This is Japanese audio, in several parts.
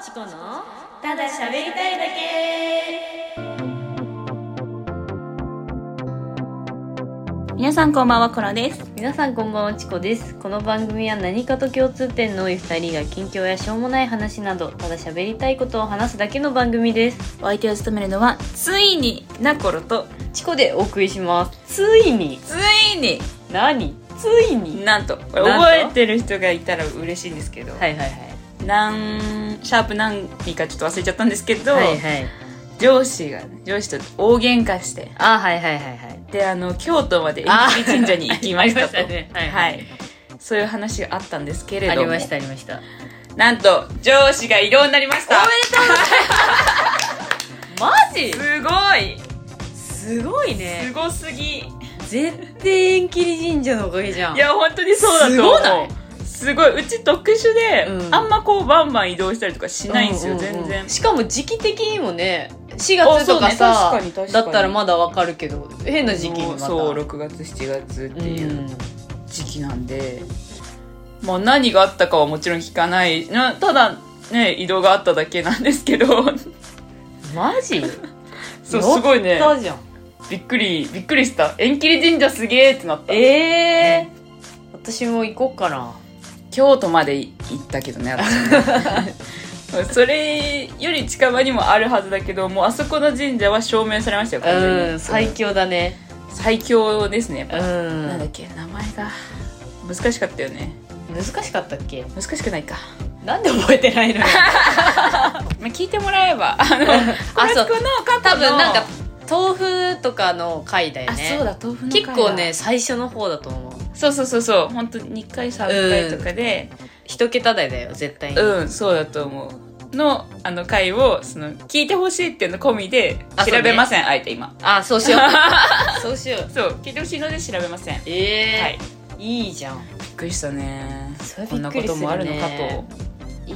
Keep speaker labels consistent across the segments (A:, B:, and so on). A: チコのただ喋りたいだけ
B: 皆さんこんばんはコラです
A: 皆さんこんばんはチコですこの番組は何かと共通点の多い二人が近況やしょうもない話などただ喋りたいことを話すだけの番組です
B: お相手を務めるのはついにナコロと
A: チコでお送りしますついに
B: ついに
A: 何ついに
B: なんとこれ
A: なんと
B: 覚えてる人がいたら嬉しいんですけど、
A: はいはいはい
B: なんシャープ何日かちょっと忘れちゃったんですけど、
A: はいはい
B: 上司がね上司と大喧嘩して
A: あはいはいはいはい
B: であの京都まで縁切神社に行きましたと
A: ありましたねはい
B: はいそういう話があったんですけれ
A: あ
B: ども
A: りましたありました
B: なんと上司が異動になりました
A: マジ
B: すごい
A: すごい
B: すごすぎ
A: 絶対縁切り神社のおかげじゃん
B: いや本当にそうだと思う
A: すごない
B: すごいうち特殊で、
A: うん
B: あんまこうバンバン移動したりとかしないんですよ、
A: ううう
B: 全然
A: しかも時期的にもね4月とか
B: あそ
A: さ
B: うね確かに確か
A: だ
B: に
A: ったらまだわかるけど変な時期にまた
B: そう6月7月っていううん時期なんで、まあ何があったかはもちろん聞かないなただね移動があっただけなんですけ ど
A: マ ジ
B: そうすごいね
A: やったじゃん
B: びっくりびっくりした縁切り神社すげえってなった
A: ええー、私も行こうかな
B: 京都まで行ったけどね 私それより近場にもあるはずだけどもうあそこの神社は証明されましたよ完全に
A: うん最強だね
B: 最強ですねやっ
A: う
B: ぱ、なんだっ
A: ん
B: け名前が難しかったよね
A: 難しかったっけ
B: 難しくないか、
A: なんで覚えてないのよ
B: まあ、聞いてもらえ ばあのあ
A: そう
B: この過去の
A: 多分なんか豆腐とかの回だよ
B: あ
A: ね
B: そうだ豆腐の回
A: 結
B: だ
A: 構ね最初の方だと思う
B: そうそうそうそう本当に2回3回とかで
A: 一桁台だよ絶対に、
B: うん、そうだと思うのあの回をその聞いてほしいっていうの込みで
A: あそう
B: 調
A: ね
B: べません、あえて今
A: あそうしよう そうしよう
B: そう聞いてほしいので調べませんは
A: ええー
B: い
A: いいじゃん
B: びっくりしたね
A: それ
B: こん
A: びっ
B: な
A: く
B: こ
A: り
B: と
A: するね
B: もあるのか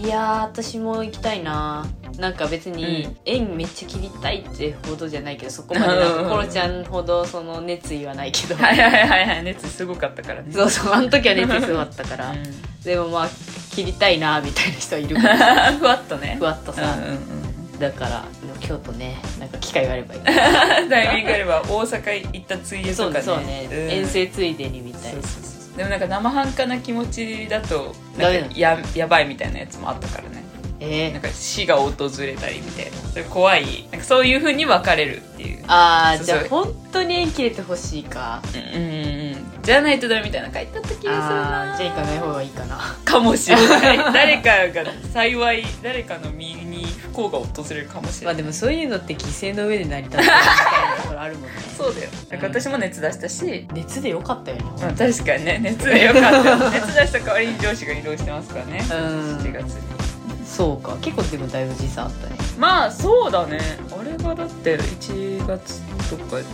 A: いやー私も行きたいななんか別に
B: うん
A: 縁めっちゃ切りたいってほどじゃないけどそこまでなん
B: うん
A: かコロちゃんほどその熱意はないけど
B: とはいはいはいはい熱すごかったからね
A: そうそうあの時は熱意すごかったか
B: う
A: ら
B: ん
A: でもまあ切りたいなみたいな人はいるから
B: ふわっとね
A: ふわっとさ、
B: うんうん
A: だからでも京都ねなんか機会があればいい
B: うん、タイミングがあれば大阪行ったついで
A: そ
B: と
A: う
B: か
A: ね
B: ね
A: そうね、
B: ん
A: 遠征ついでにみたい
B: そ
A: な
B: うそうそうでもなんか生半可な気持ちだとな
A: ダ
B: ん
A: メ
B: か
A: なの
B: ややばいみたいなやつもあったからね
A: え
B: な
A: ー
B: ん、か死が訪れたりみたいなそれ怖いなんかそういうふうに分かれるっていう
A: ああ
B: そう
A: じ
B: そう
A: ゃあ本当に縁切れてほしいか
B: うんうんうんじゃないとダメみたいなの書いてあった気がする
A: あ
B: な
A: ーじゃあ行かない方がいいかな
B: かもしれ ない誰かが幸い誰かの身に不幸が訪れるかもしれな
A: まあ
B: い、
A: でもそういうのって犠牲の上で成り立ってるみたいなところあるもんね
B: そうだよなんか私も熱出したし、
A: 熱でよかったよね
B: まあ、確かに ね熱でよかったよ熱出した代わりに上司が移動してますからね
A: うん
B: 7月に
A: そうか結構でもだいぶ時差あったね
B: まあそうだねあれがだって1月とか12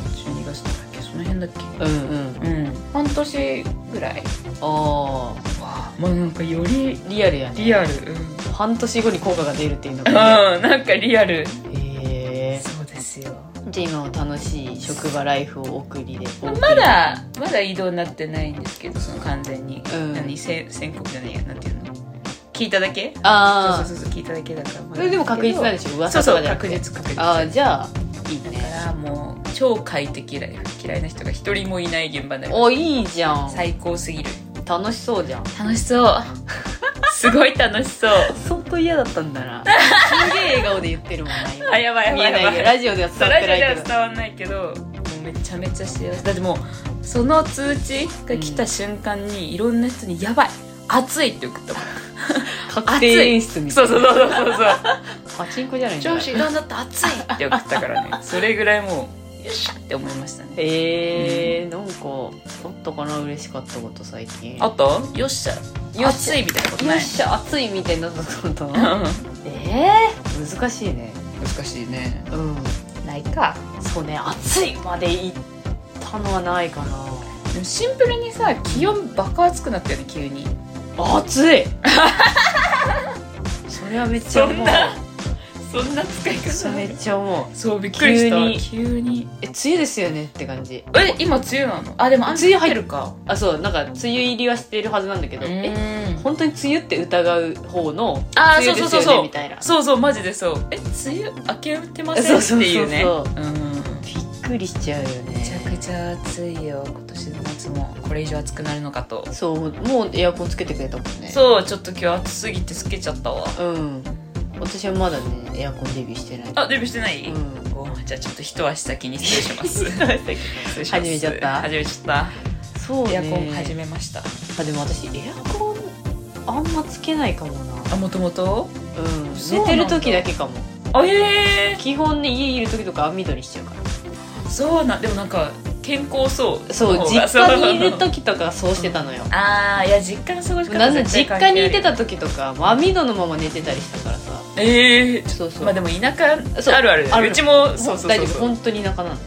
B: 月とかだっけその辺だっけ
A: うんうん
B: うん半年ぐらい
A: あ
B: わあまあなんかより
A: ーリアルやね
B: リアルうん、
A: 半年後に効果が出るっていうの が
B: なんかリアル
A: ねへえ
B: そうですよ
A: じゃあ今は楽しい職場ライフを送りで
B: まだまだ移動になってないんですけどその完全に、
A: うん
B: 何せ宣告じゃないやなんていうの聞いただけそ
A: あ
B: う
A: あ
B: そうそうそう聞いただけだからま
A: そ
B: だ
A: れでも確実なんでしょ
B: そう
A: 噂と
B: そ
A: か
B: う
A: じゃな
B: 確
A: くて
B: 実確実
A: ああじゃあいい
B: だか
A: ね
B: らもう超快適嫌い嫌いな人が一人もいない現場になりま
A: おいいじゃん
B: す最高すぎる
A: 楽しそうじゃん
B: 楽しそう すごい楽しそう
A: 相当嫌だったんだなすげえ笑顔で言ってるもんな今
B: あやばいや
A: 見
B: ばい
A: えない
B: やば
A: け
B: い
A: どラジオでは伝わ
B: そ
A: っ
B: ラ
A: て
B: ジオで
A: ない
B: は
A: けど
B: 伝わんないけどもうめちゃめちゃ幸せだってもうその通知が来た瞬間に、いろんな人に「やばい暑い」って送ったもん
A: 確定演出みた
B: そ
A: いうな
B: そうそうそうそうそう
A: パチンコじ ゃないんだ
B: 上司どうだった暑いって送ったからねそれぐらいもうよっしゃって思いましたね
A: えー、なんかあったかな嬉しかったこと最近
B: あとよっしゃ
A: よっしゃ
B: 暑いみたいなこと
A: よ
B: ない
A: っしゃ暑いみたいになったこと
B: う
A: えー、難しいね
B: ん難しいね
A: うん
B: ないか
A: そうね暑いまで行ったのはないかな
B: でもシンプルにさ気温爆暑くなったよね急に
A: 暑いそれはめっちゃ思う
B: そんなそんな使い
A: そ
B: 方
A: れ
B: あ
A: め
B: る
A: っちゃ思う
B: そうびっくりした
A: 急
B: 急に
A: え梅雨ですよねって感じ
B: え今梅雨なのあでも
A: 梅雨入っ
B: るか
A: あそうなんか梅雨入りはしてるはずなんだけどえ
B: え
A: 本当に梅雨って疑う方の
B: あー
A: 梅雨ですよ
B: そう
A: ね
B: そうそうそう
A: みたいな
B: そうそうマジでそうえ梅雨明けてません
A: そう
B: って
A: そうそうそう
B: いうねうん
A: びっくりしちゃうよ
B: めちゃ
A: ね
B: くちゃ暑いよ今年の夏もこれ以上暑くなるのかと
A: そうもうエアコンつけてくれたもんね
B: そうちょっと今日暑すぎて透けちゃったわ
A: うん私はまだねエアコンデビューしてない
B: あデビューしてない、
A: うん
B: おじゃあちょっと一足先に失礼し ます失礼します
A: 始めちゃった
B: 始めちゃっ
A: そう
B: た
A: ね
B: エアコン始めました
A: あでも私エアコンあんまつけないかもな
B: あもともと
A: うん
B: そうな
A: 寝
B: んだ
A: てる時だけかも
B: あええ
A: 基本ね家いる時とか網戸にしちゃうから
B: そうなんでもなんか健康そう
A: そう
B: の方
A: 実
B: が
A: 家にいる時とかそうしてたのよ
B: ああいや実家の過ごし方
A: なんで実家にいてた
B: と
A: 時とかもう網戸のまま寝てたりしたからさ
B: ええ
A: そうそう、
B: まあでも田
A: そう
B: 舎あるある
A: ある
B: うちも
A: ほ
B: そ
A: ん
B: うそう
A: 大
B: そう
A: 丈夫
B: そう
A: 本当に田舎なん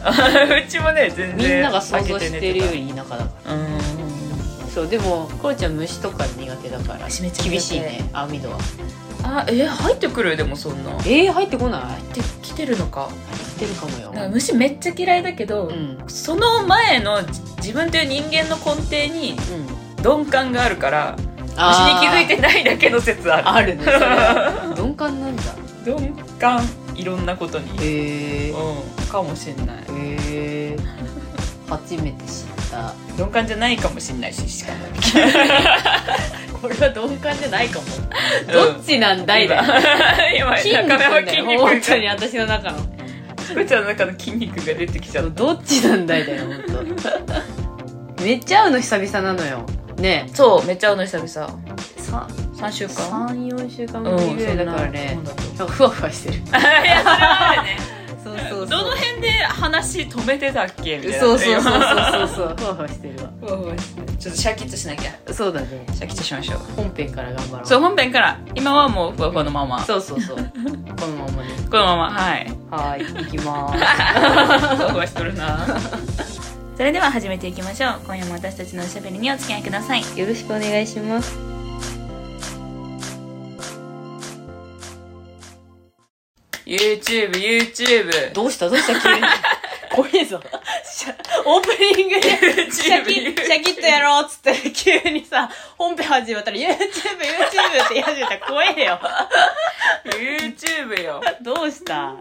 A: だ
B: うちもね全然
A: みんなが想像し
B: 開
A: て
B: け
A: るよ
B: 寝
A: り田舎だか
B: たうん
A: らそうでもコロちゃん虫とか苦手だから
B: 私めっちゃ苦手
A: 厳しいね網戸は
B: あえー、入ってくるでもそんな入
A: えー、入ってこない
B: ってきてるのか
A: 入ってるかもよ
B: なんか虫めっちゃ嫌いだけど、
A: うんうん
B: その前のじ自分という人間の根底に鈍感があるから虫
A: あー
B: に気づいてないだけの説ある
A: あるね それは鈍感なんだ
B: 鈍感いろんなことに、
A: へえ
B: うん、かもしんない
A: へえ初めて知った
B: 鈍感じゃないかもしんないししか も
A: これは鈍感じゃないかもどっちなんだいだよ
B: 今
A: 筋肉
B: 中目
A: な
B: は
A: んだ
B: 筋
A: よ
B: 肉
A: 本当に
B: が
A: 私の中の
B: ふくちゃんの中の筋肉が出てきちゃった
A: どっちなんだいだよ本 当めっちゃ会うの久々なのよね
B: そうめっちゃ会うの久々
A: えさ
B: 3週間
A: 34週間
B: うん
A: ぶりぐらいだからね
B: そんなもんだと思う
A: なんかふわふわ してる
B: いやそれはね
A: そうそ
B: ど
A: うそ
B: の
A: う
B: 辺で話止めてたっけみたいな
A: そうそうそうそうそうふわふわしてるわ
B: 今うんちょっとシャキッとしなきゃ
A: そうだね
B: シャキッとしましょう
A: 本編から頑張ろう
B: そう本編から今はもうふわふわのままこ
A: そうそうそうこのままね
B: のまま はい
A: はーい行きまーす
B: ふわふわしとるなそれでは始めていきましょう今夜も私たちのおしゃべりにお付き合いください
A: よろしくお願いします。
B: YouTubeYouTubeYouTube
A: どうしたどうした 急に。怖えぞ。シャオープニングで、シャキッ、シャキッとやろうっつって、急にさ、本編始まったら、YouTube、YouTube って言い始めたら怖えよ。
B: よ
A: どうした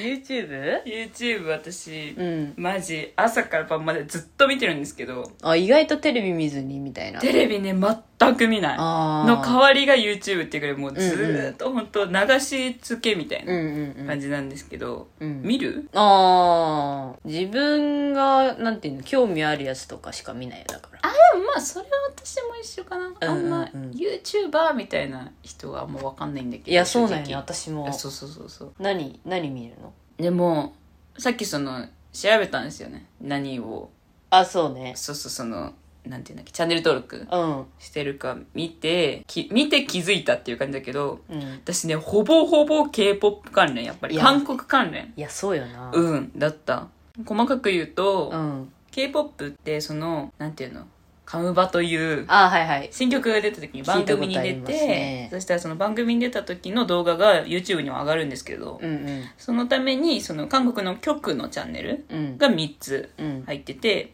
A: ?YouTube?
B: YouTube 私
A: うん。
B: マジ朝から晩までずっと見てるんですけど
A: あ、意外とテレビ見ずに、みたいな。
B: テレビね全く見ない
A: あー
B: の代わりが YouTube っていうぐらいもうず
A: うんう
B: ー
A: ん
B: っと本当流しつけみたい
A: うん
B: な
A: うんう
B: 感
A: ん。
B: じなんですけど、
A: うん
B: 見る
A: あー自分が、なんていうの、興味あるやつとかしか見ないよ、だから。
B: でもまあそれは私も一緒かなあんま
A: うんうんうん
B: YouTuber みたいな人はあんま分かんないんだけど
A: いや、そうなん
B: 正
A: や、
B: 直
A: 私も
B: あ。そうそうそうそう
A: 何、何見るの
B: でもさっきその調べたんですよね何を
A: あ、そうね。
B: そうそうそのなんていうんだっけチャンネル登録
A: うん。
B: してるか見てき見て気づいたっていう感じだけど
A: うん。
B: 私ねほぼほぼ k p o p 関連やっぱ
A: い
B: り
A: や
B: 韓国関連
A: いや、そうよな。
B: うんだった細かく言うと、
A: うん。
B: k p o p ってそのなんていうのカムバという
A: あ、はいはい。
B: 新曲が出た時に番組に
A: 聞
B: 出
A: いたこと
B: て、
A: ありますね
B: そしたらその番組に出た時の動画が YouTube にも上がるんですけど、
A: うんうん。
B: そのためにその韓国の局のチャンネル
A: うん。
B: が3つ
A: うん。
B: 入ってて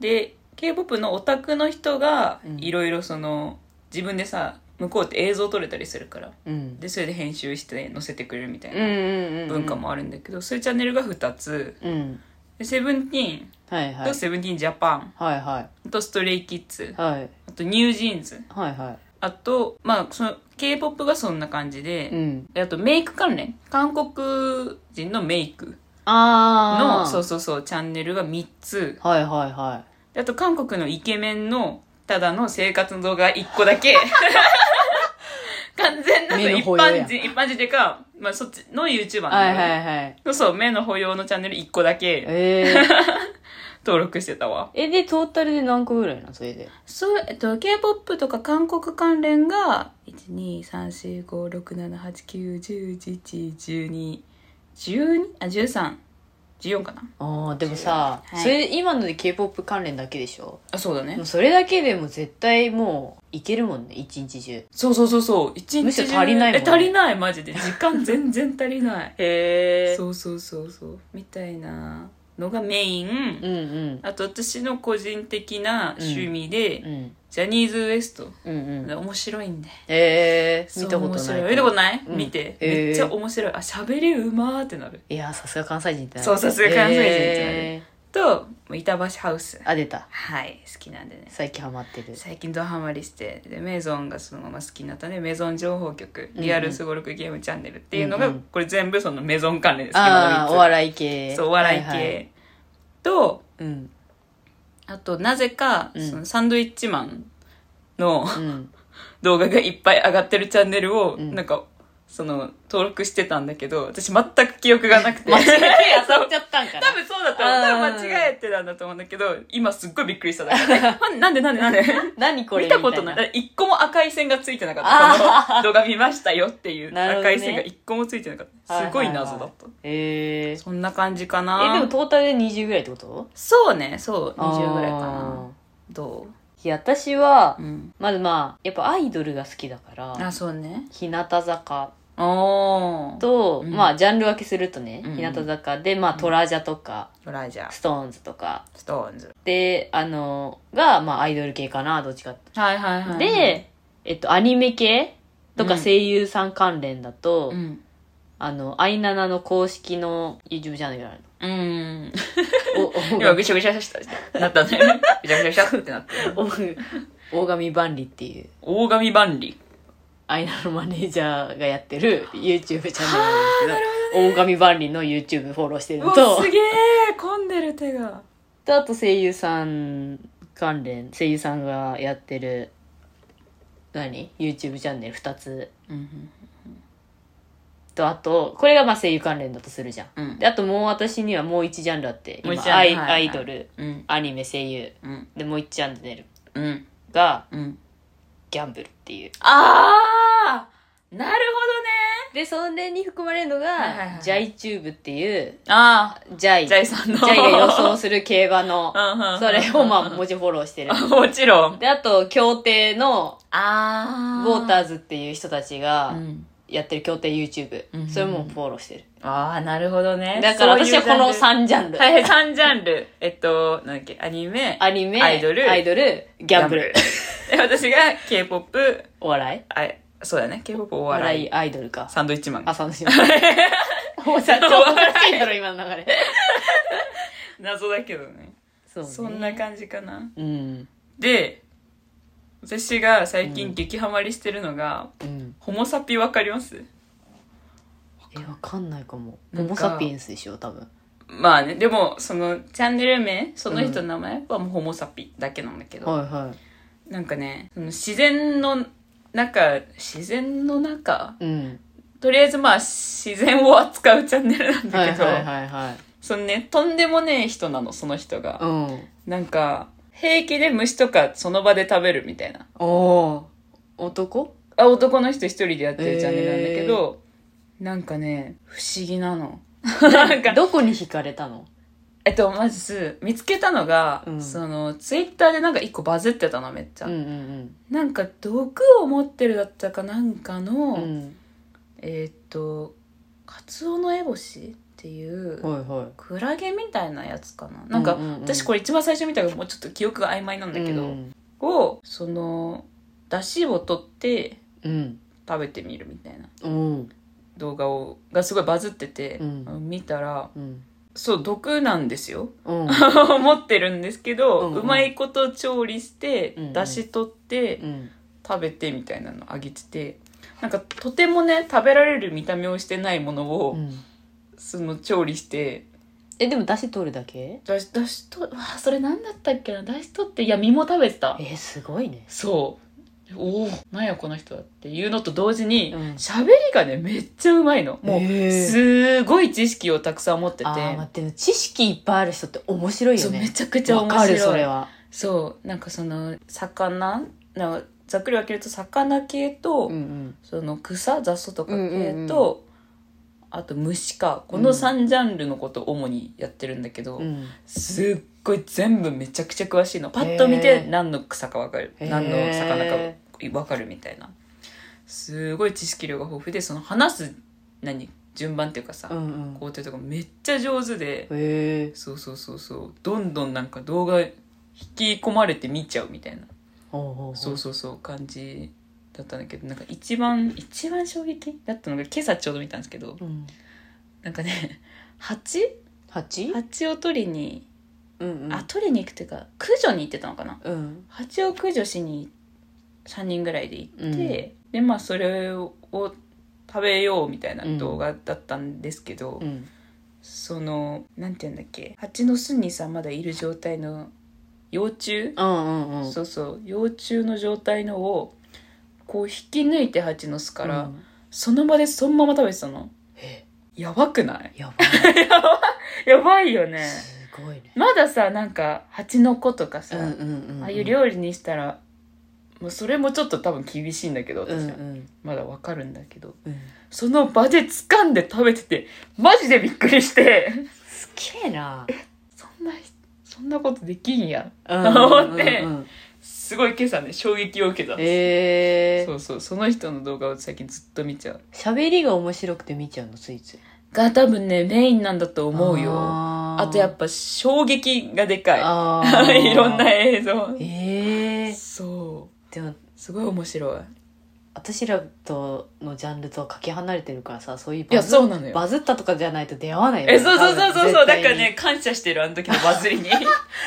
B: で k p o p のオタクの人が
A: うん
B: いろいろその自分でさ向こうって映像撮れたりするから
A: うん。
B: でそれで編集して載せてくれるみたい
A: うんう
B: なん
A: うん。
B: 文化。もあるんだけど、そういうチャンネルが2つ
A: うん。
B: でセブンティーン
A: はいはい
B: と。セブンティーンジャパン
A: はいはい。
B: とストレイキッズ
A: はい。
B: あとニュージーンズ
A: はいは
B: あとまあその k p o p がそんな感じ
A: い。う
B: で、
A: ん。
B: あとメイク関連韓国人のメイク
A: あー。
B: のそうそうそうチャンネルが3つ
A: はいはいは
B: であと韓国のイケメンのただの生活の動画1個だ け完全なの
A: 目の
B: 一
A: 保養や
B: 般人一般人っていうか、まあ、そっちの YouTuber
A: い。
B: なん
A: は
B: だよ
A: い
B: ね
A: はいはい。
B: そうそう目の保養のチャンネル1個だけ
A: えー。
B: 登録してたわ
A: え、で、トータルで何個ぐらいなのそれで。
B: そうえっと k p o p とか韓国関連が12345678910111212あ13 14かな
A: ああでもさ、
B: はい
A: それ今ので k p o p 関連だけでしょ
B: あそうだね、
A: もうそれだけでも絶対もういけるもんね一日中
B: そうそうそうそう一日中
A: むしろ足りないもん
B: え足りないマジで時間全然足り ない
A: へ
B: そうそうそうそうみたいなのがメイン、
A: うんうん
B: あと私の個人的な趣味で、
A: うん
B: ジャニーズ WEST
A: うんうん
B: 面白いんで
A: えー、
B: そう
A: 見たことない
B: 面白見たことない、
A: うん
B: 見て、
A: えー
B: めっちゃ面白いあ喋りうまーってなる
A: いやーさすが関西人ってなる
B: そうさすが関西人ってなる
A: え
B: と板橋ハウス
A: ーあ出た
B: はい好きなんでね
A: 最近ハマってる
B: 最近ドハマりしてでメゾンがそのまま好きになったんでメゾン情報局リアルすごろくゲームチャンネルっていうのが、
A: うんうん
B: これ全部そのメゾン関連です
A: ああお
B: い
A: 笑い系
B: そうお笑い系、
A: はは
B: と
A: うん
B: あとなぜか、
A: うん
B: そのサンドイッチマンの
A: うん
B: 動画がいっぱい上がってるチャンネルを、
A: うん
B: なんかその登録してたんだけど私全く記憶がなくて
A: 間違えて
B: そう
A: 遊んじゃったんかな
B: 多分そうだと思う多
A: うん
B: 分間違えてたんだと思うんだけど今すっごいびっくり しただからえなんでなんでなんで
A: 何これ
B: 見た ことないだ
A: み
B: から一個も赤い線がついてなかっ
A: あ
B: たこの動画見ましたよって いう
A: なるほどね
B: 赤い線が一個もついてなかったすごい謎だった、
A: はえー
B: そんな感じか
A: え
B: な
A: でもトータルで20ぐらいってこと
B: そうねそう20ぐらいか
A: あ
B: など
A: ーいや私は、
B: う、うん、
A: まずまあやっぱアイドルが好きだから
B: あそうね
A: 日向坂
B: おお
A: と、
B: うん
A: まあジャンル分けするとね、
B: うんうん
A: 日向坂でまあトラジャとか、
B: ドライジャー
A: ストーンズとか
B: ストーンズ
A: であのがまあアイドル系かなどっちかって、
B: はいはいはい
A: で、えっと、アニメ系と
B: う
A: か
B: ん
A: 声優さん関連だと、
B: うん
A: あのアイナナの公式の YouTube チャンネルがある
B: うん
A: のおお
B: 今ぐしゃぐしゃしたなったねぐしゃぐしゃぐしゃってなって
A: 大神万里っていう
B: 大神万里
A: アイナのマネージャーがやってる YouTube チャンネルなんですけど大神万里の YouTube フォローしてるのと
B: げえ混んでる手が
A: であと声優さん関連声優さんがやってる何 YouTube チャンネル2つ
B: うん
A: とあとこれがまあ声優関連だとするじゃん、
B: うん
A: であともう私にはもう1ジャンルあって
B: もう一
A: 今
B: ジャンル
A: ア
B: は
A: イ,、
B: いはい
A: アイドル
B: うん
A: アニメ声優
B: うん
A: でもう1ジャンル
B: うん
A: が
B: うん
A: ギャンブルっていう
B: ああなるほどね
A: でそれに含まれるのが、
B: はいはいはい
A: ジャイチューブっていう
B: あ
A: ジャイ
B: あジャイさんの
A: ジャイが予想する競 馬のそれをまあもちろんフォローしてる
B: あ もちろん
A: であと競艇のウ
B: あ
A: ォータ
B: ー
A: ーズっていう人たちがやってる競艇 YouTube、
B: うん
A: それもフォローしてる、
B: ああなるほどね
A: だから私はこの
B: そういう
A: 3ジャ
B: ジャンル
A: ンル
B: はいはい三ジャンルえっとなんだっけアニメ
A: アニメ
B: アイドル
A: アイドルギャンブル
B: で私が K-POP
A: お笑い
B: あそうだね K-POP お
A: お
B: 笑
A: 笑
B: い
A: いアイドルか
B: サンドイッチマン
A: 朝 の島もうさちょっとおかしいだろ今の流れ
B: 謎だけどね
A: そうね
B: そんな感じかな
A: うん
B: で私が最近激ハマりしてるのが、
A: うん
B: ホモサピわかります
A: えわかんないかも
B: な
A: ホ
B: んか
A: モサピエンスでしょ多分
B: まあねでもそのチャンネル名その人の名前はもうホモサピだけなんだけど、
A: はいは
B: なんかねその自然の中自然の中
A: いうん
B: とりあえずまあ自然を扱うチャンネルなん
A: は
B: だ
A: い
B: けど、
A: はいはいはい
B: そのねとんでもねえ人なのその人が、
A: うん
B: なんか平気で虫とかその場で食べるみたいな
A: おお男
B: あ男の人一人でやってるチャンネルなんだけど、なんかね不思議なのなんか
A: どこに惹かれたの
B: えっとまず見つけたのが、
A: うん
B: そのツイッターでなんか一個バズってたのめっちゃ、
A: うんうん
B: なんか毒を持ってるだったかなんかの、
A: うんうん
B: えーっとカツオノエボシっていう、
A: はいはい
B: クラゲみたいなやつかななんか、
A: うんうんうん
B: 私これ一番最初見たけどもうちょっと記憶が曖昧なんだけど、
A: うん
B: をその出汁を取って
A: うん
B: 食べてみるみたいな
A: うん
B: 動画をがすごいバズってて、
A: うん
B: あの見たら
A: うん
B: そう毒なんですよ
A: うん
B: 持ってるんですけど、
A: う
B: うん
A: うん
B: まいこと調理して、
A: うんうん
B: 出汁取って、
A: うん
B: 食べてみたいなのあげててなんかとてもね食べられる見た目をしてないものを、
A: うん
B: その調理して
A: えでも出汁取るだけ
B: 出汁出汁とわあそれ何だったっけな出汁取っていや身も食べてた
A: えすごいね
B: そうおおなんやこの人はっていうのと同時に
A: うん
B: 喋、りがねめっちゃうまいのもう、
A: へ
B: す
A: ー
B: ごい知識をたくさん持ってて
A: あー、まあ、でも知識いっぱいある人って面白い
B: そ
A: よ
B: う
A: ね
B: めちゃくちゃ
A: わ
B: 面
A: か
B: 白い
A: るそれは
B: そうなんかその魚なんかざっくり分けると魚系と、
A: うん
B: その草雑草とか系と、
A: うんうんうん
B: あと虫かこの3ジャンルのことを主にやってるんだけど、
A: うん
B: すっごい全部めちゃくちゃ詳しいのパッと見て
A: へー
B: 何の草かわかる
A: へー
B: 何の魚かわかるみたいなすごい知識量が豊富でその話す何順番っていうかさ、
A: うんうん
B: 工程とかめっちゃ上手で
A: へえ
B: そうそうそうそうどんどんなんか動画引き込まれて見ちゃうみたいな
A: ほうほう
B: そ
A: ほう
B: うそうそう感じだったんだけどなんか一番一番衝撃だったのが今朝ちょうど見たんですけど
A: うん
B: なんかね 蜂
A: 蜂
B: 蜂を取りに、
A: うんうん
B: あ取りに行くっていうか駆除に行ってたのかな
A: うん
B: 蜂を駆除しに3人ぐらいで行って、でまあそれを食べようみたいな動画だったんですけど、
A: うん
B: そのなんて言うんだっけ蜂の巣にさまだいる状態の幼虫
A: うんうんうん
B: そうそう幼虫の状態のをこう引き抜いて蜂の巣から、
A: うん
B: その場でそのまま食べてたの
A: え
B: やばく ない
A: やば
B: やばやばいよね
A: いすごいね
B: まださなんか蜂の子とかさ、
A: うんうんうん
B: ああいう料理にしたらもうそれもちょっと多分厳しいんだけど
A: うんう
B: 私は、
A: ん
B: まだわかるんだけど
A: うん
B: その場で掴んで食べててマジでびっくりして
A: すげえな
B: そんなそんなことできんや
A: うん
B: 思って
A: うんうんうん
B: すごい今朝ね衝撃を受けた
A: え
B: そうそうその人の動画を最近ずっと見ちゃう
A: 喋りが面白くて見ちゃうのついつい
B: が多分ねメインなんだと思うよあ
A: あ
B: とやっ
A: ぱ
B: ぱ衝撃がでか
A: あ
B: い
A: ー
B: いろんな映像
A: ええ
B: そう
A: でも
B: すごい面白い
A: 私らとのジャンルとはかけ離れてるからさそういう
B: いや
A: バズ
B: そうなのよ
A: バズったとかじゃないと出会わないよね
B: え、そうそうそうそうそう。
A: 多分絶対
B: だ
A: に
B: からね、感謝してる、あの時のバズり に。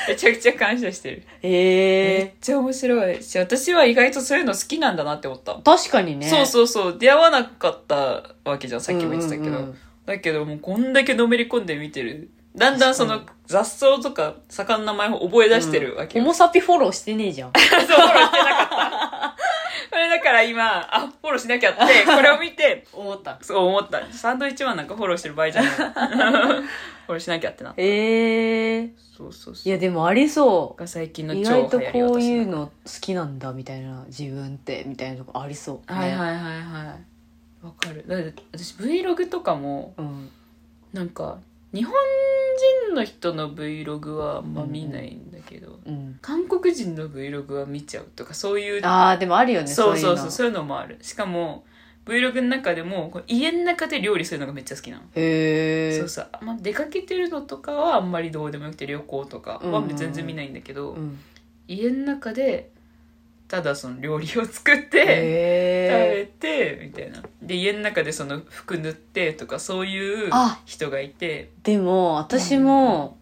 B: めちゃくちゃ感謝してる。
A: え
B: めっ
A: え
B: ちゃ面白いし、私は意外とそういうの好きなんだなって思った。
A: 確かにね
B: そうそうそう。出会わなかったわけじゃん、さっきも言ってたけど。
A: うんうんうん
B: だけど、もうこんだけのめり込んで見てる。だんだんその
A: 確
B: 雑草とか魚の名前を覚え出してるわけ
A: ホ
B: よ。
A: モサピフォローしてねえじゃん
B: そう、フォローしてなかった。それだから今、あ、フォローしなきゃって、これを見て、
A: 思った
B: そう 思った。サンドイッチマンなんかフォローしてる場合じゃない。 フォローしなきゃってな。
A: ええ
B: そうそうそう。
A: いやでもありそ
B: が最近
A: う
B: の
A: 意
B: 超
A: 外
B: 流行
A: と
B: り
A: こ
B: 私
A: ういう
B: の
A: の好きなんだみたいな自分ってみたいなとこありそう、ね、
B: はいはいはいはいわかるだって私 Vlog とかも
A: うん
B: なんか日本人の人の Vlog はあんま見ないんだけど、
A: うん
B: 韓国人の Vlog は見ちゃうとかそういう
A: ああでもあるよね
B: そうそう
A: い
B: そう
A: の
B: そういうのもあるしかも Vlog の中でもこう家の中で料理するのがめっちゃ好きなの、
A: へえ
B: そうそう、まあ、出かけてるのとかはあんまりどうでもよくて旅行とかは全然見ないんだけど、
A: うん
B: 家の中でただその料理を作って、食べ
A: へえ
B: てみたいなで家の中でその服塗ってとかそういう
A: あ
B: 人がいて
A: でも私も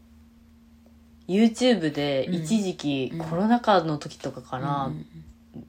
A: YouTube で一時期
B: うん
A: コロナ禍の時とかか
B: う
A: なん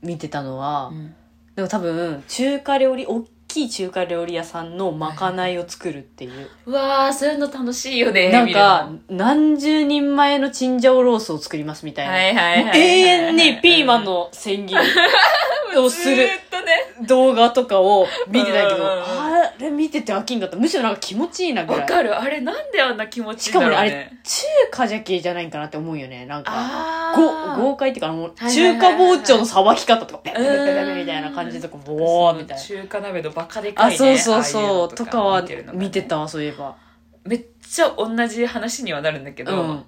A: 見てたのは
B: うん
A: でも多分中華料理大きい中華料理屋さんのまかないを作るっていう
B: うわーそういうの楽しいよね
A: なんか
B: 見
A: 何十人前のチンジャオロースを作りますみた
B: る
A: い
B: の
A: な、
B: はいはい
A: も
B: は
A: う
B: い
A: 永遠にピーマンの千切りをす
B: ずー
A: る
B: っとね
A: 動画とかを見てたけ
B: うん
A: ど、
B: うんうん
A: あれ見てて飽きんかった。むしろなんか気持ちいいなぐ
B: わ
A: らい。
B: かるあれなんであんな気持ちい
A: し
B: いん
A: か
B: だ
A: もね、
B: ろ
A: あ
B: う
A: れ
B: ね、
A: 中華じゃけじゃないんかなって思うよね。なんか、
B: あ
A: ご
B: ー
A: 豪快っていうか、もう、
B: はいはいはい
A: 中華包丁のさばき方とか、ペッペ
B: うん
A: ッペッペッペッみたいな感じとか、ボーみたいな。
B: その中華鍋のバカでかい、
A: あ、
B: ね、
A: そうそう
B: ああい
A: そう
B: の
A: う。とかは
B: るのがね
A: 見てたわ、そういえば。
B: めっちゃ同じ話にはなるんだけ
A: うん。い
B: ど、
A: や、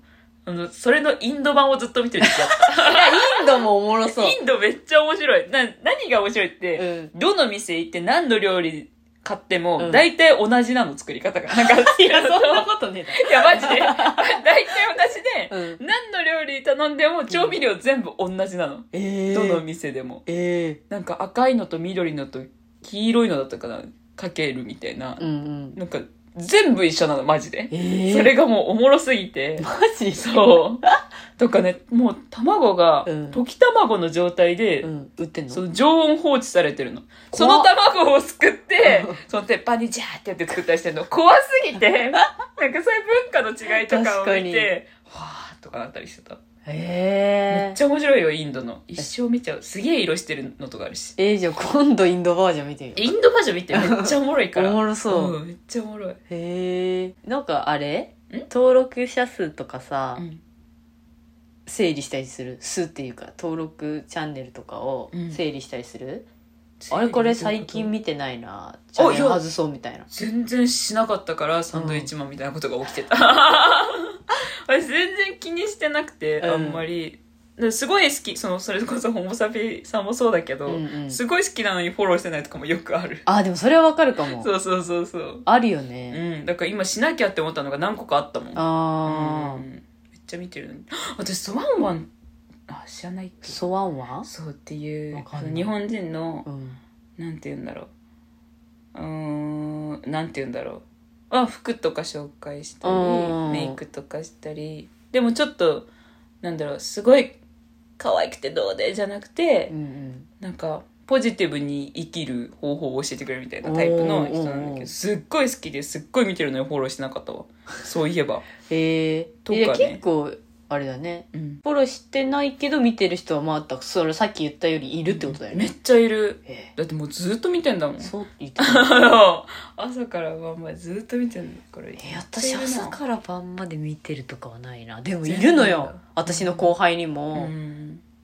B: あのそれのインド版をずっと見てるんですよ
A: インドもおもろ そう。
B: インドめっちゃ面白いな何が面白いって、
A: うん。
B: どの店行って何の料理買って
A: う
B: も、
A: ん
B: 大体同じなの作り方が。なん か、
A: いや、そんなことね
B: いや、マジ で。大体同じ
A: えな。
B: で、
A: うん。
B: 何の料理頼んでも調味料全部同じなの。
A: ええ
B: どの店でも。
A: え
B: なんか赤いのと緑のと黄色いのだったかな。かけるみたいな
A: え。うんうん。
B: なんか、全部一緒なの、マジで。
A: ええ
B: それがもうおもろすぎて。
A: マジ
B: そう。とかね、もう卵が
A: うん、
B: 溶き卵の状態で、
A: うん。売ってんの
B: その常温放置されてるの。そ
A: 怖
B: の
A: っ
B: 卵をすくって
A: うん、
B: その鉄板にジャーってやって作ったりしてるの。怖すぎ て、なんかそういう文化の違いとかを見て、わーっとかなったりしてた。め
A: え
B: っちゃ面白いよ、インドの。一生見ちゃう。すげえ色してるのとかあるし。
A: えー、じゃあ今度インドバージョン見てみよ
B: インドバージョン見てめっちゃおもろいか
A: う。
B: ら。
A: おもろそう。
B: んめっちゃおもろい。
A: へえ。なんかあれ
B: ん
A: 登録者数とかさ
B: う、ん
A: 整理したりする。数っていうか、登録チャンネルとかを
B: うん
A: 整理したりする、あれこれ最近見てないなチャンネル外そうみたいな
B: 全然しなかったからサンドイッチマンみたいなことが起きて た、私全然気にしてなくて、
A: うん
B: あんまりですごい好きそのそれこそホモサピさんもそうだけど、
A: うんうん
B: すごい好きなのにフォローしてないとかもよくある
A: あでもそれはわかるかも
B: そうそうそうそう
A: あるよ
B: う
A: ね、
B: んだから今しなきゃって思ったのが何個かあったもん
A: ああ、
B: うんめっちゃ見てるのに私ソワンワンあ知らないっけ
A: ソワンは、
B: そうってい
A: わ
B: う
A: かんない
B: 日本人の
A: うん、
B: なんて言うんだろううーんなんて言うんだろうは服とか紹介したり
A: うん
B: メイクとかしたりでもちょっとなんだろうすごい可愛くてどうでじゃなくて
A: うんうん
B: なんかポジティブに生きる方法を教えてくれるみたいなタイプの人なん
A: おーお
B: だ
A: ーお
B: け
A: ー
B: どすっごい好きですっごい見てるのにフォローしてなかったわそういえば、
A: へえ
B: とかね
A: いや結構あれだねフォローしてないけど見てる人はまあだからそれさっき言ったよりいるってことだよ
B: め
A: ね、
B: っちゃいる
A: え
B: だってもうずっと見てんだもん
A: えそう言ってた
B: 朝から晩までずっと見てんのこれ
A: え私朝から晩まで見てるとかはないなでもい
B: 全然
A: るの
B: ない
A: よ
B: んだ
A: 私の後輩にも、
B: うん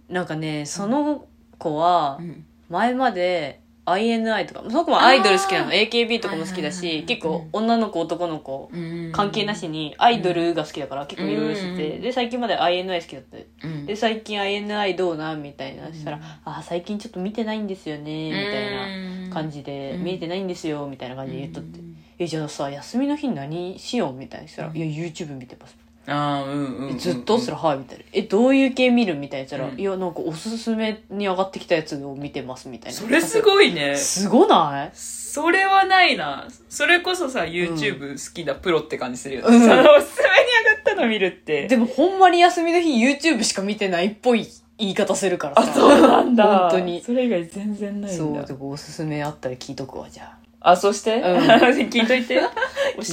A: なんかねその子は
B: うん
A: 前まで INI とかその子もアイドル好きなの
B: あ
A: AKB とかも好き
B: はいはいは
A: だ
B: い
A: し
B: はい
A: 結構女の子男の子
B: うん
A: 関係なしにアイドルが好きだから結構いろいろしてて、
B: うん
A: で最近まで INI 好きだった
B: うん
A: で最近 INI どうなみたいなしたら
B: うん
A: 「あ最近ちょっと見てないんですよね」みたいな感じで「
B: うん
A: 見えてないんですよ」みたいな感じで言っとって
B: う
A: 「
B: ん
A: えじゃあさ休みの日何しよう」みたいにしたら
B: う
A: 「
B: ん
A: いや YouTube 見てます」
B: あーうんうんうん
A: ずっとすら「はい」みたいな「えどういう系見る?」みたいなしたら「
B: うん
A: いやなんかおすすめに上がってきたやつを見てます」みたいな
B: それすごいね
A: すごない
B: それはないなそれこそさ YouTube 好きなプロって感じするよ
A: うん
B: ねそのおすすめに上がったの見るって
A: でもほんまに休みの日 YouTube しか見てないっぽい言い方するからさ
B: あそうなんだ
A: 本当に
B: それ以外全然ない
A: そ
B: ん
A: う
B: だ
A: とかおすすめあったら聞いとくわじゃ
B: あそして
A: ん
B: 聞いとい て教
A: あ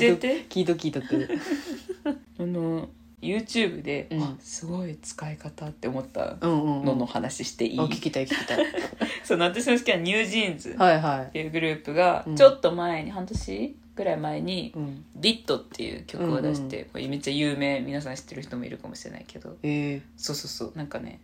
B: えて
A: 聞いと聞いとく
B: あの YouTube で、
A: うん
B: あすごい使い方って思った
A: うんうん、うん、
B: のの話していい、
A: あ聞きたい聞きたい
B: その私の好きなニュージーンズっ
A: はいはい
B: ていうグループが、
A: うん
B: ちょっと前に半年ぐらい前に
A: うん
B: 「ディットっていう曲を出して、これめっちゃ有名皆さん知ってる人もいるかもしれないけど
A: え
B: そうそうそうなんかね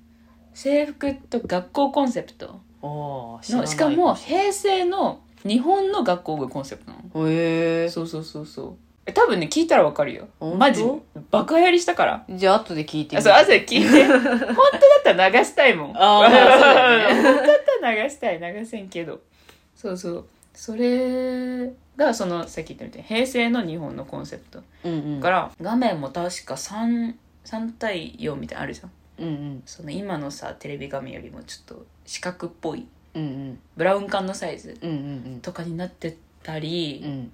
B: 制服と学校コンセプト
A: ー、ああ
B: のしかも平成の日本の学校がコンセプトなの
A: えー、
B: そうそうそうそうえ多分ね聞いたらわかるよ
A: 本当
B: マジ爆流行りしたから
A: じゃあ後で聞いてみ
B: あ
A: て
B: そう、汗聞い て。本当だったら流したいもん。
A: あーまあそうだ ね
B: 本当だったら流したい、流せんけど。そうそう。それが、その、さっき言ったみたいに、平成の日本のコンセプト。
A: うんうん
B: だから、画面も確か3、3対4みたいなのあるじゃん。
A: うんうん
B: その、今のさ、テレビ画面よりもちょっと四角っぽい、
A: うんうん
B: ブラウン管のサイズ
A: うんうん
B: とかになってた
A: うんう
B: り、
A: ん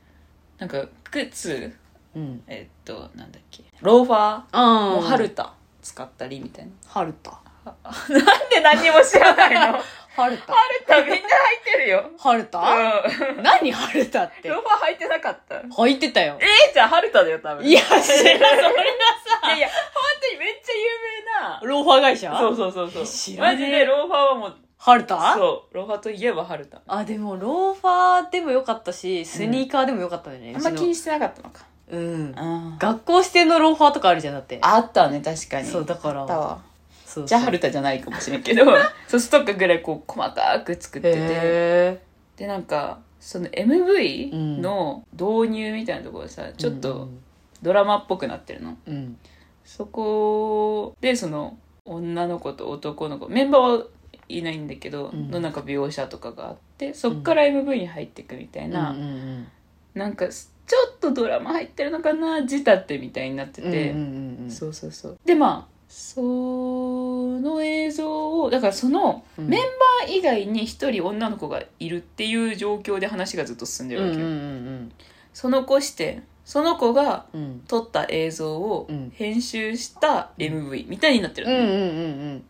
B: なんか、靴、
A: うん
B: えっと、なんだっけ、ローファー
A: あ
B: の
A: もう
B: ハルタ使ったりみたいな。
A: 春田
B: なんで何にも知らないの
A: 春田
B: ハルタみんな履いてるよ。
A: 春
B: う
A: 田
B: ん。
A: 何春田って
B: ローファー履いてなかった。え
A: 履いてたよ
B: ー、じゃあハルタだよ、多分。
A: いや知らんそれ
B: いや
A: はさ
B: いや、本当にめっちゃ有
A: ローファー会社
B: 名な。そうそうそうそう。
A: 知ら
B: マ
A: ね
B: ジ
A: え
B: でローファーはもう、
A: 春田
B: そう。ローファーといえばハルタ。
A: あでもローファーでもよかったしスニーカーでもよかったんだよね、う
B: あん
A: ち
B: ま
A: の
B: 気にしてなかったのか。
A: うん
B: あ
A: 学校指定のローファーとかあるじゃんだって
B: あったね、確かに。
A: そうだから
B: あったわ。
A: そうそう
B: じゃあハルタじゃないかもしれん けど、そう、ストックぐらいこう、細かく作ってて。
A: へ
B: で、なんか、その
A: う
B: MV
A: ん
B: の導入みたいなところでさ、
A: ー
B: ちょっとドラマっぽくなってるの。
A: うん
B: そこでその女の子と男の子メンバーはいないんだけど、
A: うん
B: のなんか描写とかがあってそっから MV に入っていくみたいな、
A: うんうんうん
B: なんかすちょっとドラマ入ってるのかな仕立てみたいになってて、
A: うんうんうん
B: そうそうそうでまあその映像をだからその
A: うん
B: メンバー以外に一人女の子がいるっていう状況で話がずっと進んでる
A: うん
B: わ
A: う
B: け
A: ん
B: よ、
A: うん
B: その子視点その子が
A: うんうん
B: 撮った映像を
A: うん
B: 編集した MV みたいになってる
A: う
B: のね、
A: んうん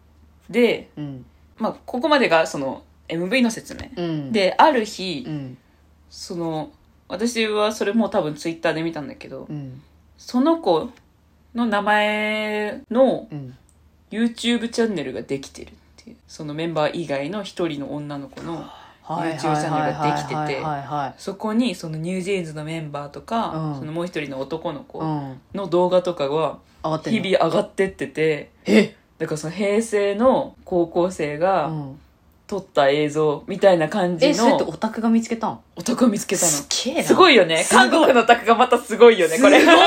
B: で、
A: うん
B: まあ、ここまでがその MV の説明、
A: うん
B: である日、
A: うん
B: その私はそれもう多分ツイッターで見たんだけど、
A: うん
B: その子の名前の
A: うん
B: YouTube チャンネルができてるっていうそのメンバー以外の一人の女の子の
A: はい
B: YouTube チャンネルができてて
A: はいはいはい
B: そこにそのニュージーンズのメンバーとか、
A: うん
B: そのもう一人の男の子
A: はいうん
B: の動画とかが
A: 上がってん
B: 日
A: の
B: 々上がってってて
A: え
B: だからその平成の高校生が、
A: うん
B: 撮った映像みたいな感じ
A: え、それって
B: の
A: オタクが見つけたん
B: お宅を見つけたの。
A: すげえな。
B: すごいよね。
A: すごい
B: 韓国のお宅がまたすごいよね、これ。
A: すごい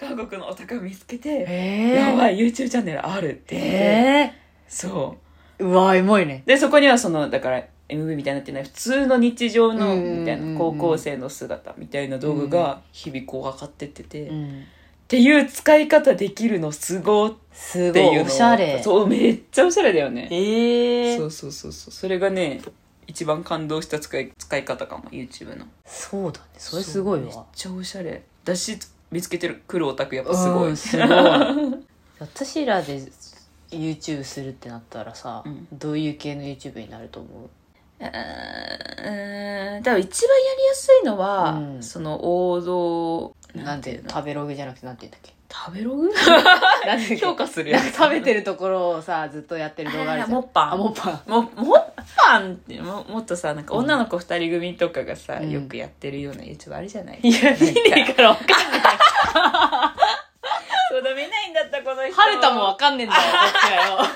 B: 韓国のお宅を見つけて、
A: え
B: やば
A: い。
B: い、YouTube チャンネルあるって。
A: え
B: そう。
A: ー。うわ、エモいね。
B: でそこにはそのだから MV みたいになってない普通の日常の
A: うんうんうんうん
B: みたいな高校生の姿みたいな道具が日々こう上がってってて、
A: う
B: っ
A: ん。
B: ていう使い方できるのすごっ
A: すご
B: ていう
A: い、
B: の
A: おしゃれ。
B: そうめっちゃおしゃれだよね
A: ええ
B: そうそうそうそうそれがね一番感動した使い使い方かも YouTube の
A: そうだね。それすごい
B: そうめっ
A: わ。
B: ちゃおしゃれだし見つけてる黒オタクやっぱすごい、
A: う んすごい私らで YouTube するってなったらさ、
B: うん
A: どういう系の YouTube になると思う
B: うーん多分一番やりやすいのは、
A: うん
B: その王道
A: なんていうの食べログじゃなくてなんて言うん だっ
B: 食べログ
A: けなんて言うんだっけ
B: 評価するや
A: な
B: つ
A: んか食べてるところをさずっとやってる動画あるじゃん
B: モッパン
A: あモッパン
B: ももっぱんってももっとさなんか
A: うん
B: 女の子二人組とかがさ、
A: うん
B: よくやってるような YouTube あるじゃない
A: いや見ねえからわかんない
B: そうだ見ないんだったこの人
A: はるたもわかんねえんだよこっ
B: 春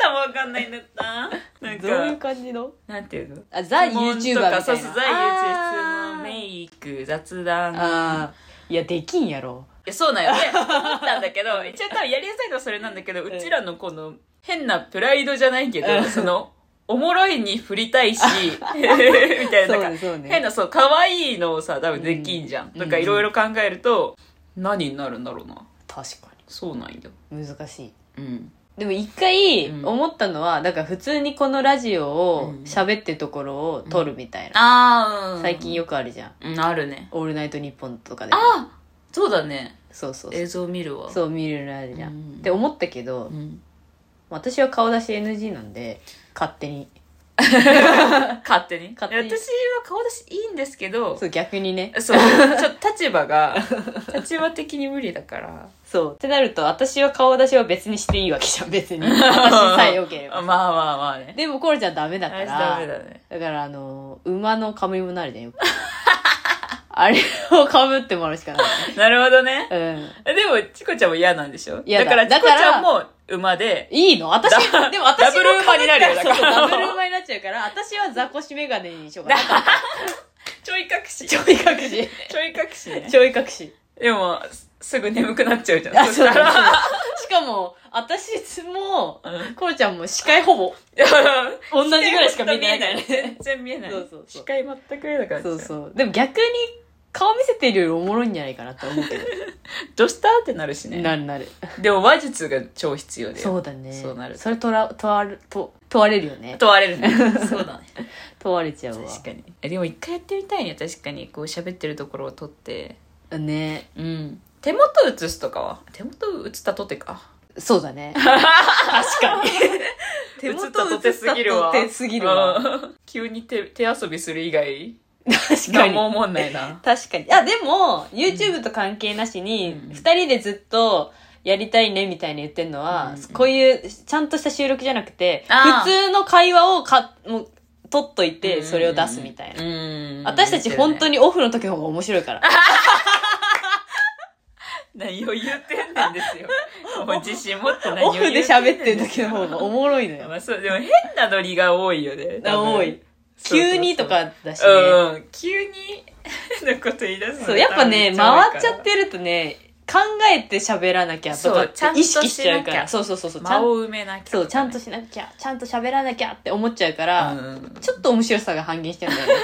B: 田もわかんないんだった なん
A: ちはよどういう
B: か
A: 感じの
B: なんていうの
A: あザ YouTuber み
B: 質
A: た
B: 問
A: い
B: と
A: な
B: かそうそうザ YouTuber
A: あー
B: のメイク雑談
A: あーいやできんやろ
B: いやそうなんよね思ったんだけど一応多分やりやすいのはそれなんだけどうちらのこの変なプライドじゃないけ
A: う
B: ど
A: ん
B: そのおもろいに振りたい しみたいな
A: そ
B: なか
A: うんねそうね
B: 変なそう可愛いのをさ多分できんじゃん、
A: うん
B: とかいろいろ考えると、何になるんだろうな
A: 確か
B: そうなんよ
A: に難しい
B: うん
A: でも一回
B: うん
A: 思ったのは、だから普通にこのラジオを
B: うん
A: 喋ってるところを撮るみたいな、
B: ああ、
A: 最近
B: よ
A: よくあるじゃん
B: うんあるね
A: 「オールナイトニッポン」とかで
B: あそうだね
A: そうそうそう
B: 映像見るわう
A: そう見るのあるじゃん、
B: うん
A: って思ったけど、
B: ん、
A: 私は顔出し NG なんで勝手に
B: 勝手に
A: 勝手に
B: いや私は顔出しいいんですけど
A: そう逆にね
B: そうちょっと立場が立場的に無理だから
A: そうってなると私は顔出しは別にしていいわけじゃん 別に私さえよけれ
B: まあ
A: ば
B: まあまあね
A: でもコロちゃんダメだ
B: あ
A: か
B: れ
A: ら
B: ダメだね
A: だからあの馬の冠もなるじゃんよく あれをかぶってもらうしかない
B: なるほどね
A: うん
B: でもチコちゃんも嫌なんでしょ
A: 嫌だ
B: だからチ
A: だ
B: コ
A: か
B: ち
A: ら
B: ゃんも馬で
A: いいの私
B: ダ、
A: でも私も
B: ダブル馬になるよだから
A: そうダブル馬になっちゃうから、私はザコシメガネにしようかな。
B: ちょい隠し。
A: ちょい隠し。
B: ちょい隠しね。
A: ちょい隠し。
B: でも、すすぐ眠くなっちゃうじゃ
A: あ、
B: ん。
A: そうだ、
B: したら。
A: しかも、私も、
B: うん
A: コロちゃんも視界ほぼ、 同じぐらいしか見えないからね。
B: 全然見えない。
A: そうそうそう
B: 視界全く見えなくなっちゃ。
A: そううそう。でも逆に、顔見せてるよりおもろいんじゃないかなって思うけど。
B: どうしたってなるしね。
A: なるなる。
B: でも話術が超必要で。
A: そうだね。
B: そうなる
A: それとら、問われ、と問われるよね。
B: 問われるね。 そうだね。
A: 問われちゃうわ。
B: 確かに。えでも一回やってみたいね。確かに。こう喋ってるところを撮って。
A: ね。
B: うん。手元映すとかは手元映ったとてか。
A: そうだね。確かに。
B: 手元映ってすぎるわ。
A: 手すぎるわ。
B: うん。急に手手遊びする以外、
A: 確か
B: 何
A: に。
B: も思んないな。
A: 確かに。あ、でも、YouTube と関係なしに、
B: うん
A: 二人でずっと、やりたいねみたいに言ってるのは、
B: うん
A: こういう、ちゃんとした収録じゃなくて、
B: あー
A: 普通の会話をか、もう、取っとい
B: うんうん
A: て、
B: うん
A: それを出すみたい な。
B: うん
A: 私たち本当
B: に
A: にオフの時の方が面白いから。
B: 何を言ってんねんですよ もう自信持って何
A: オ
B: を
A: フ
B: 言
A: で
B: んねん
A: 喋ってる時の方がおもろいのよ。
B: まあそうでも変なノリが多いよね 多分
A: 多い。
B: そうそうそう
A: 急にとかだしね。
B: うん急に 変なこと言い出すの
A: そう、やっぱ
B: 多
A: ね、
B: 分
A: 回
B: め
A: っ
B: っ
A: ち
B: ち
A: ゃ
B: ゃ
A: ってるとね、考えて喋らなきゃと
B: そうちゃ
A: か
B: んと
A: って意識しちゃうか
B: しなきゃ
A: ら。そうそうそうそう。ちゃ
B: 間
A: ん
B: を埋めなきゃ
A: そう、ちゃんと
B: し
A: しなきゃ、ちゃんと喋らなきゃって思っちゃうから、ちょっと面白さが半減してるんだよ ね。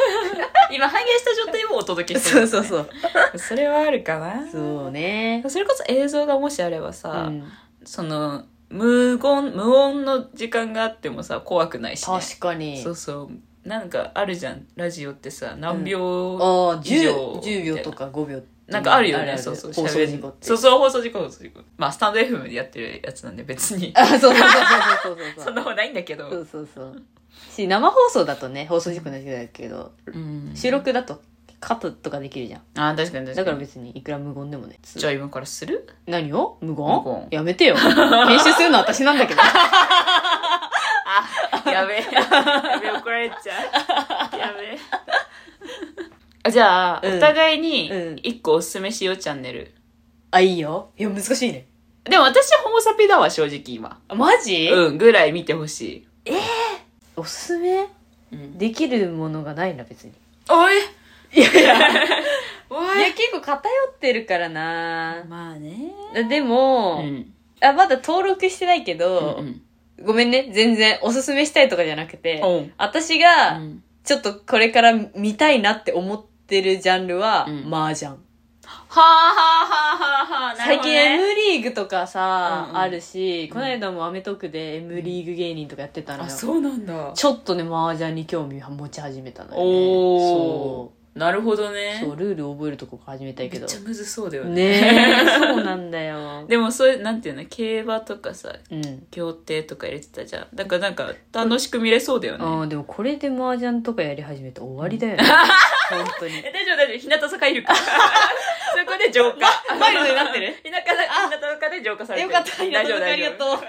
B: 今半減した状態をお届けして
A: そうそう
B: う
A: そう。
B: それはあるかな
A: そうね。
B: それこそ映像がもしあれば
A: う
B: さ、
A: ん、
B: その無言無音の時間があってもさ怖くないし、ね、
A: 確かに
B: そ。うそうなんかあるじゃんラジオってさ何秒、
A: ああ、
B: 以上
A: 10 10秒とか5秒。
B: なんかあるよねそうそう
A: 放
B: 喋
A: 送
B: る
A: 事故って。
B: そうそう放送事故放送事故まあスタンド FM でやってるやつなんで別に
A: あ、そうそうそうそうそうそ
B: そん
A: う。
B: なことないんだけ
A: そ
B: ど、
A: うそうそう。し、生放送だとね、放送事故の時だけど、
B: うん
A: 収録だとカットとかできるじゃん。
B: あー確かに確かに
A: だから別にいくら無言でもね。
B: じゃあ今からする
A: 何を無言
B: 無言
A: やめてよ。編集するのは私な んだけど。
B: あ やべえやべえ怒られちゃ うやべえあじゃあ、
A: うん
B: お互いに
A: うん
B: 一個おすすめしようチャンネル
A: あ、いいよ。いや、難しいね。
B: でも私はホモサピだわ正直今
A: あマジ
B: うんぐらい見てほしい
A: おすすめ
B: うん、
A: できるものがないな別に
B: おい
A: いやいやい
B: お
A: や結構偏ってるからな
B: まあね
A: でも、
B: うん
A: あまだ登録してないけど、
B: うん
A: ごめんね全然おすすめしたいとかじゃなくて、
B: うん
A: 私が
B: うん
A: ちょっとこれから見たいなって思ってるジャンルは、
B: うん
A: 麻雀
B: はあはあはあはあはあなる
A: 最
B: ほど
A: 近
B: ね
A: M リーグとかさ、
B: うんうん
A: あるしこの間も『アメトーク』で M リーグ芸人とかやってたのよ、
B: あそうなんだ
A: ちょっとね麻雀に興味を持ち始めたのよ、ね、
B: お
A: そ
B: ーなるほど
A: う
B: ね
A: そうルール覚えるとこから始めたいけ
B: めっ
A: ど
B: ちゃむずそうだよね
A: ね えそうなんだよ
B: でもそういうなんていうの競馬とかさ
A: うん
B: 競艇とか入れてたじゃんだからなんか楽しく見れそうだよね
A: あーでもこれで麻雀とかやり始めて終わりだよね本当 に
B: え大丈夫大丈夫日向坂いるから そこで浄化
A: マイルドになってる
B: 日向坂日向坂で浄化されて
C: よ
B: る
C: かった、
B: 大丈夫
C: あ
B: 大
C: り
B: 丈
C: が
B: 夫
C: とう。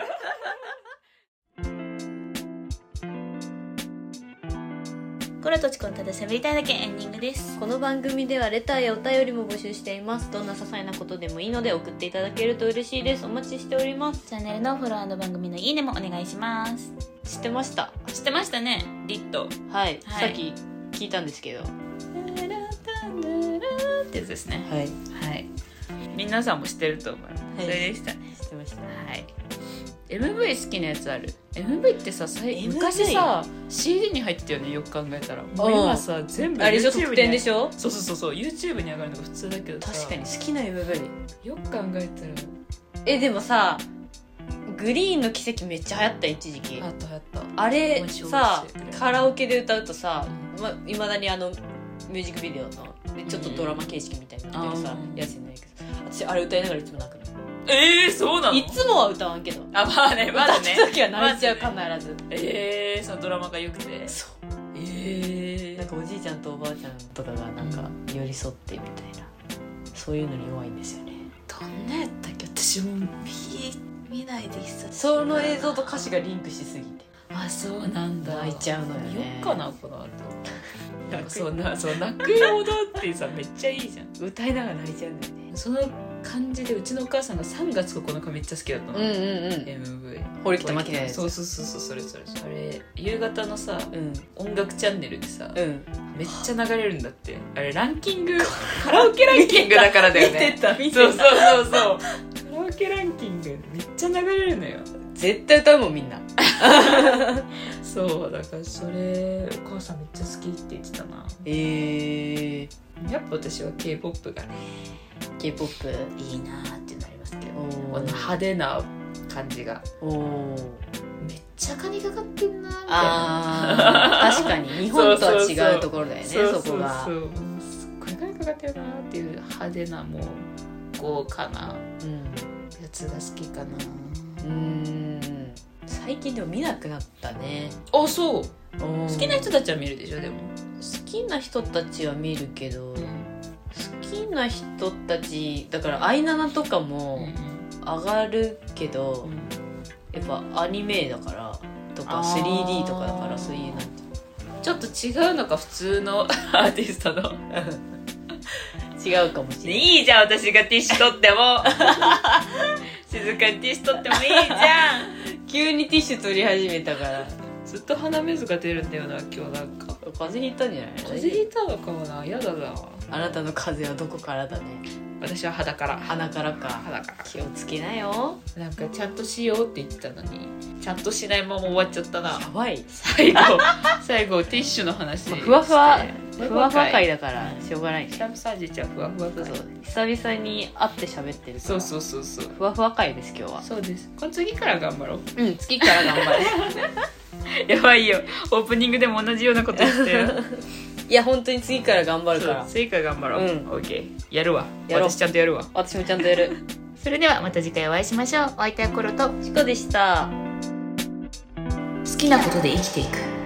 D: コロとチコのただ喋りたいだけエンディングです
A: この番組ではレターやお便りも募集していますどんな些細なことでもいいので送っていただけると嬉しいですお待ちしております
D: チャンネルのフォロー番組のいいねもお願いします
A: 知ってました
D: 知ってましたねリット
A: はい、
D: はい
A: さっき聞いたんですけどは
B: ってやつですね
A: い
B: はい皆さんも知ってると思う、
A: い
B: それでした
A: 知ってました
B: はい MV 好きなやつある MV ってさ最
A: MV
B: 昔さ CD に入ってたよねよく考えたらもう今さ全部
A: あれでしょ
B: YouTube
A: 特
B: に
A: 典でしょ
B: そうそうそうそう YouTube に上がるのが普通だけどさ
A: 確かに好きな MV
B: よく考えたら
A: えでもさグリーンの奇跡めっちゃ流行った一時期
B: 流行った流行った
A: あれ
B: 面白い
A: さ
B: し
A: カラオケで歌うとさいまだにあのミュージックビデオのでちょっとドラマ形式みたいになってるさ、
B: うん
A: やつじゃないけど私あれ歌いながらいつも泣くの
B: ええー、そうなの
A: いつもは歌わんけど
B: あまあ ねまだね
A: 歌った時は泣いちゃう
B: まずね
A: 必ず、
B: ええー、そのドラマが良くて
A: そ
B: え
A: うなんかおじいちゃんとおばあちゃんとかがなんか寄り添ってみたいなそういうのに弱いんですよね
B: どんなやったっけ私も見見ないで久し
A: その映像と歌詞がリンクしすぎて
B: あそうなんだ
A: 泣いちゃうのよ
B: 見よ
A: ね
B: っかなこの後なんかそんなそう泣くようだってさめっちゃいいじゃん
A: 歌いながら泣いちゃうんだよね
B: その感じでうちのお母さんが3月9日めっちゃ好きだったの、
A: うんうん
B: MV
A: 堀北真希のやつ
B: そうそうそうそうそれそれそれあれ夕方のさ
A: うん
B: 音楽チャンネルでさ、
A: うん
B: めっちゃ流れるんだってあれランキン グカラオケランキングだからだよね
A: た見
B: そうそうそうそう カラオケランキングめっちゃ流れるのよ
A: 絶対歌うもんみんな
B: そうだからそれお母さんめっちゃ好きって言ってたな
A: ええ
B: やっぱ私は k p o p がね
A: k p o p
B: いいなーってなりますけど
A: おー
B: この派手な感じが
A: おー
B: めっちゃ金かかってんなーみたいな
A: あー 確かに日本とは
B: そうそう
A: 違
B: そう
A: うところだよねそこが
B: そうそうそうすっごい金かかってるなーっていう派手なもう豪華な
A: うん
B: やつが好きかな
A: うーん最近でも見なくなったね
B: あそう
A: 好
B: 好きな人たちは見るでしょでも、
A: 好きな人たちは見るけど、好きな人たちだから「アイナナ」とか
B: うん
A: も上がるけど、やっぱアニメだからとか
B: あー
A: 3D とかだからそういうなんて
B: ちょっと違うのか普通の アーティストの、
A: 違うかもしれない、
B: いいじゃん私がティッシュ取っても静かにティッシュ取ってもいいじ ゃん
A: 急にティッシュ取り始めたから
B: ずっと鼻水が出るんだよな今日なんか
A: 風邪ひいたんじゃない
B: 風邪ひいたのかもなやだな
A: あなたの風邪はどこからだね
B: 私は肌から
A: 鼻からか
B: 肌か
A: 気をつけなよ
B: らなんかちゃんとしようって言ってたのにちゃんとしないまま終わっちゃったな
A: やばい
B: 最後最後ティッシュの話
A: ふわふわ
B: して
A: ふわふわ回だからしょうがないね
B: 北見さんじいちゃんふわふわ
A: そ
B: だ
A: うそう久々に会って喋ってるから
B: そうそうそうそう
A: ふわふわ回です今日は
B: そうですこの次から頑張ろう
A: うん月から頑張る
B: やばいよオープニングでも同じようなこと言って よ
A: いや本当に次から頑張るから
B: スイカ頑張ろう、
A: うん
B: オッケーやるわ
A: やろう
B: 私ちゃんとやるわ
A: 私もちゃんとやる
D: それではまた次回お会いしましょうお相手はコロと
A: チコでした
D: 好きなことで生きていく